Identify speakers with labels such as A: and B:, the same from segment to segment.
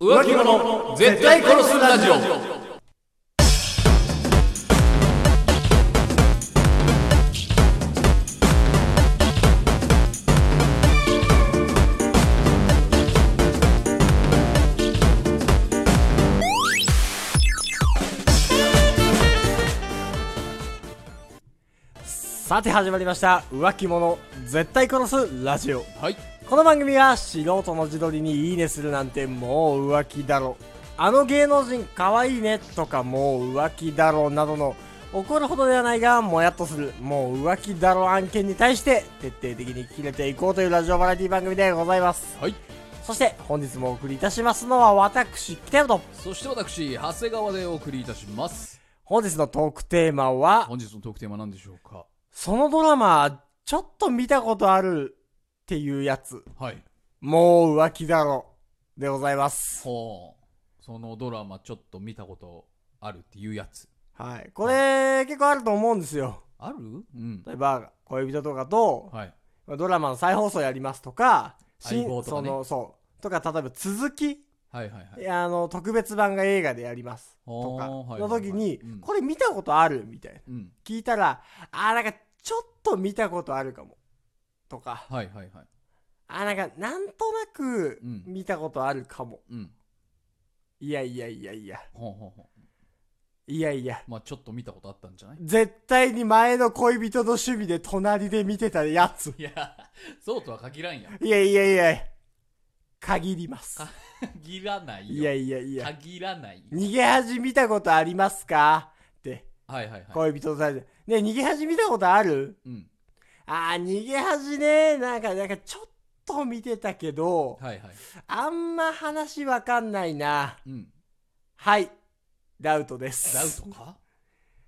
A: 浮気者絶対殺すラジオ
B: さて始まりました浮気者絶対殺すラジオ
A: はい
B: この番組は素人の自撮りにいいねするなんてもう浮気だろあの芸能人かわいいねとかもう浮気だろなどの怒るほどではないがもやっとするもう浮気だろ案件に対して徹底的に切れていこうというラジオバラエティ番組でございます
A: はい
B: そして本日もお送りいたしますのは私北山と
A: そして私長谷川でお送りいたします
B: 本日のトークテーマは
A: 本日のトークテーマ何でしょうか
B: そのドラマちょっと見たことあるっていうやつ
A: はい
B: もう浮気だろでございます。
A: ほうそのドラマちょっと見たことあるっていうやつ
B: はい。これ、結構あると思うんですよ。
A: あるうん
B: 例えば、恋人とかと、
A: はい
B: ドラマの再放送やりますとか、新
A: 相棒とかね
B: その、そう。とか、例えば続き、
A: はいはいはい
B: あの、特別版が映画でやります。とか、
A: ほうはい
B: の時に、
A: はいはいうん
B: これ見たことあるみたいな。
A: うん
B: 聞いたら、あー、なんか、ちょっと見たことあるかも。とか、
A: はいはいはい
B: あー、なんか、なんとなく
A: うん
B: 見たことあるかも。
A: うん
B: いやいやいやいや、
A: ほうほうほ
B: いやいや。
A: うまあちょっと見たことあったんじ ゃない
B: 絶対に前の恋人の趣味で隣で見てたやつ。
A: いやそうとは限らんやん
B: いやいやいや、限ります。
A: 限らないよ
B: いやいやいや、
A: 限らないよ
B: 逃げ恥見たことありますかって、
A: はいはいはい
B: 恋人とされて。ねえ逃げ恥見たことある
A: うん
B: あー、逃げ恥ね。なんか、なんかちょっと見てたけど、
A: はいはい
B: あんま話わかんないな。
A: うん
B: はい。ダウトです。
A: ダウトか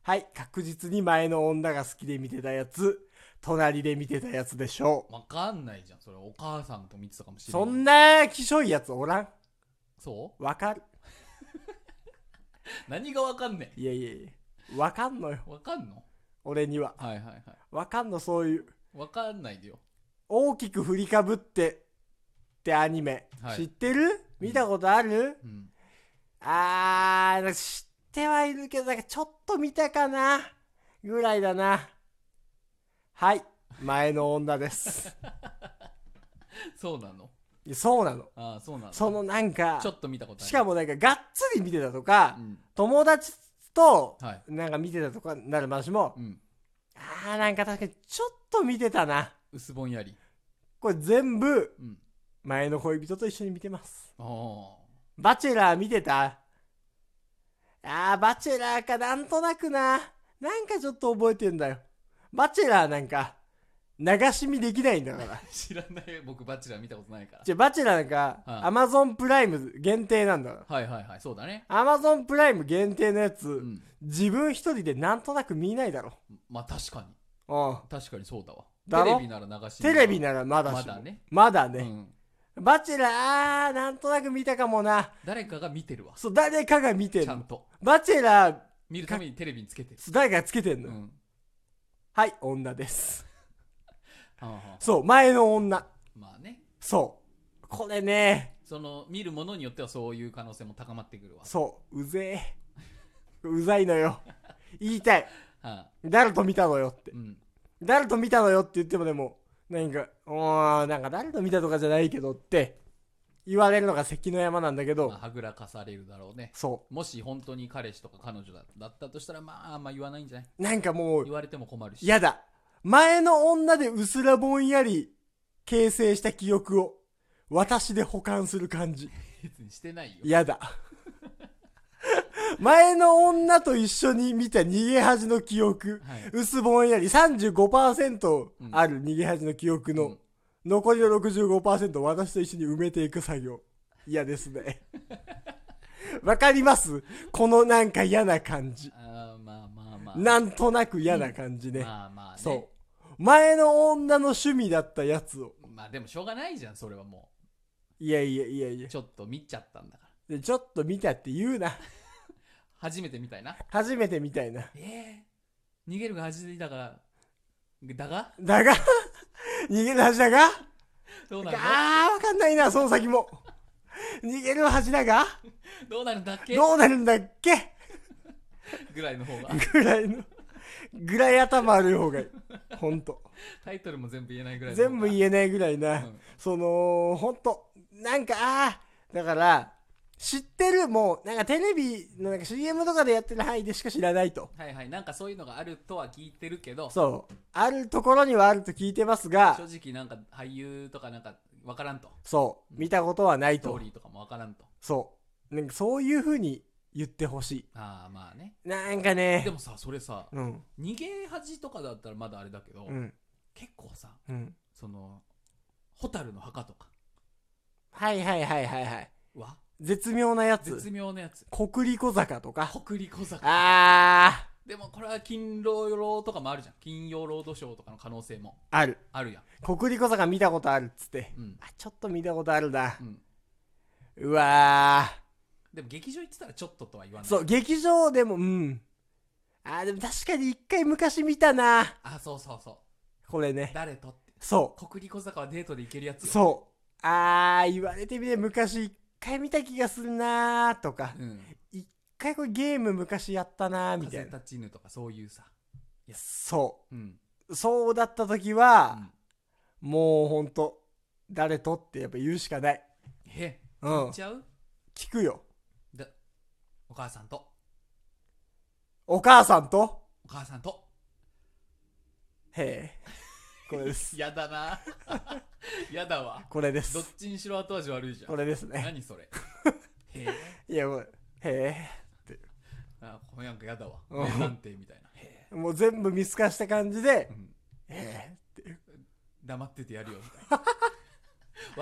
B: はい。確実に前の女が好きで見てたやつ、隣で見てたやつでしょう。
A: わかんないじゃんそれお母さんと見てたかもしれな
B: そ
A: い
B: んな、きしょいやつおらん。
A: そ
B: わかる。
A: う何がわかんね
B: いやいやいや。わかんのよ。
A: んわかんの
B: 俺には。
A: はいはいはい
B: わかんの、そういう。
A: わかんないでよ
B: 大きく振りかぶってってアニメ。
A: はい
B: 知ってる見たことある、
A: うん
B: あー、なんか知ってはいるけど、なんかちょっと見たかなぐらいだな。はい。前の 女です。
A: そうなの
B: いやそうなの。
A: ああそうなの
B: そのなんか
A: ちょ、っと見たことある
B: しかもなんかがっつり見てたとか、
A: うん
B: 友達と
A: はい
B: なんか見てたとかなる話も、
A: うん
B: あーなんか確かにちょっと見てたな。
A: 薄ぼんやり
B: これ全部
A: うん
B: 前の恋人と一緒に見てます。
A: ああ
B: バチェラー見てたあーバチェラーかなんとなくな。なんかちょっと覚えてんだよ。バチェラーなんか流し見できないんだから。
A: 知らない僕バチェラー見たことないから
B: じゃバチェラーなんか
A: はい
B: アマゾンプライム限定なんだから。
A: はいはいはいそうだね
B: アマゾンプライム限定のやつ、
A: うん
B: 自分一人でなんとなく見ないだろ。
A: まあ確かに
B: うん。
A: 確かにそうだわ
B: だろ
A: テレビなら流し
B: テレビならまだしも
A: まだね。
B: まだ
A: う
B: ね。
A: ん
B: バチェラー、なんとなく見たかもな。
A: 誰かが見てるわ
B: そう、誰かが見てる
A: ちゃんと
B: バチェラー、
A: 見るためにテレビにつけてる
B: そう誰かがつけてんの、
A: うん
B: はい、女です。
A: はあはあ
B: そう、前の女。
A: まあね
B: そう。これね、
A: その見るものによってはそういう可能性も高まってくるわ
B: そう、うぜえ。うざいのよ。言いたい。
A: は
B: 誰と見たのよって
A: い、。うん
B: 誰と見たのよって言ってもでも、なんか、うーん、なんか誰と見たとかじゃないけどって、言われるのが関の山なんだけど
A: まあ、はぐらかされるだろうね
B: そ。
A: もし本当に彼氏とか彼女だだったとしたらまああんま言わないんじゃないう
B: なんかもう、
A: 言われても困るし
B: やだ。前の女でうすらぼんやり形成した記憶を私で保管する感じ。
A: 別にしてないよ
B: やだ。 前の女と一緒に見た逃げ恥の記憶。
A: はいう
B: すぼんやり35%ある逃げ恥の記憶
A: うん
B: の残りの65%を私と一緒に埋めていく作業。嫌です ね。わかりますこのなんか嫌な感じ。
A: あーまあまあまあ
B: なんとなく嫌な感じね。
A: まあまあね
B: そう。前の女の趣味だったやつを。
A: まあでもしょうがないじゃんそれはも
B: いやいやいやいうや。
A: ちょっと見ちゃったんだから
B: でちょっと見たって言うな。
A: 初めて見たいな
B: 初めてみたいな。
A: ええ逃げるが初めてだがだが
B: だが、逃げ出しだが、
A: どうなるの
B: あー、わかんないな、その先も。逃げる柱が
A: どうなるんだっけ
B: どうなるんだっけ
A: ぐらいの方が
B: ぐらいのぐらい頭悪い方がいいほんと
A: タイトルも全部言えないぐらいの方が
B: 全部言えないぐらいな、
A: うん
B: そのほんとなんかあーだから知ってるもうなんかテレビのなんか CM とかでやってる範囲でしか知らないと
A: はいはいなんかそういうのがあるとは聞いてるけど
B: そうあるところにはあると聞いてますが
A: 正直なんか俳優とかなんかわからんと
B: そう見たことはない
A: スト
B: と
A: ーリーとかもわからんと
B: そうなんかそういうふうに言ってほし
A: ああまあね
B: いなんかね
A: でもさそれさ
B: うん
A: 逃げ恥とかだったらまだあれだけど、
B: うん
A: 結構さ
B: うん
A: その蛍の墓とか
B: はいはいはいはいはい
A: は
B: 絶妙なやつ
A: 絶妙なやつ
B: 国立小坂とか
A: 北陸小坂
B: あ
A: でもこれは金労労とかもあるじゃん金曜ロードショーとかの可能性も
B: ーある
A: あるやん
B: 国立小坂見たことあるっつって
A: うん、
B: あちょっと見たことあるな
A: うん、
B: うわ
A: でも劇場行ってたらちょっととは言わ
B: ー
A: ない
B: そう劇場でもうんあーでも確かに一回昔見たな
A: あそうそうそ
B: これ
A: う
B: ね
A: 誰とって
B: そ
A: 国立小坂はデートで行けるや
B: う
A: つよ
B: そうあー言われてみれば昔一回見た気がするなーとか
A: うん
B: 一回これゲーム昔やったなーみた
A: 風
B: いな
A: 立ちぬとかそういうさ
B: そ
A: うん、
B: うそうだった時
A: う
B: は、
A: ん、
B: もうほんと誰とってやっぱ言うしかない
A: え
B: うん
A: 行っちゃう
B: 聞くよ
A: だお母さんと
B: お母さんと
A: お母さんと
B: へえこれで す
A: やだなやだわ
B: これで
A: どっ
B: す
A: ちにしろ後味悪いじゃ
B: こ
A: ん
B: れですね
A: 何それへえ
B: いやもうへ
A: あこのなんかやだわ
B: うん
A: 名探偵みたいなへ
B: えもう全部見透かした感じ
A: え
B: で
A: うん
B: へ
A: 黙っててやるよみたい な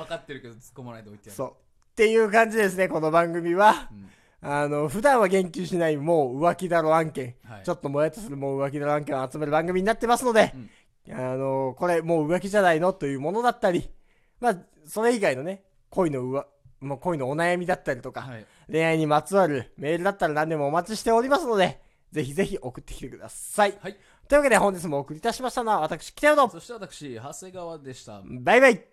A: 分かってるけど突っ込まないで置いてや
B: え
A: る
B: そうっていう感じですねこの番組は
A: うん
B: あの普段は言及しないもう浮気だろ案件
A: はい、
B: ちょっともやっとするもう浮気の案件を集める番組になってますので、あのこれもう浮気じゃないのというものだったり、まあ、それ以外のね、恋のうわ、もう恋のお悩みだったりとか、
A: はい、
B: 恋愛にまつわるメールだったら何でもお待ちしておりますので、ぜひぜひ送ってきてください。
A: はい、
B: というわけで本日もお送りいたしましたのは私、北野と、
A: そして私長谷川でした
B: バイバイ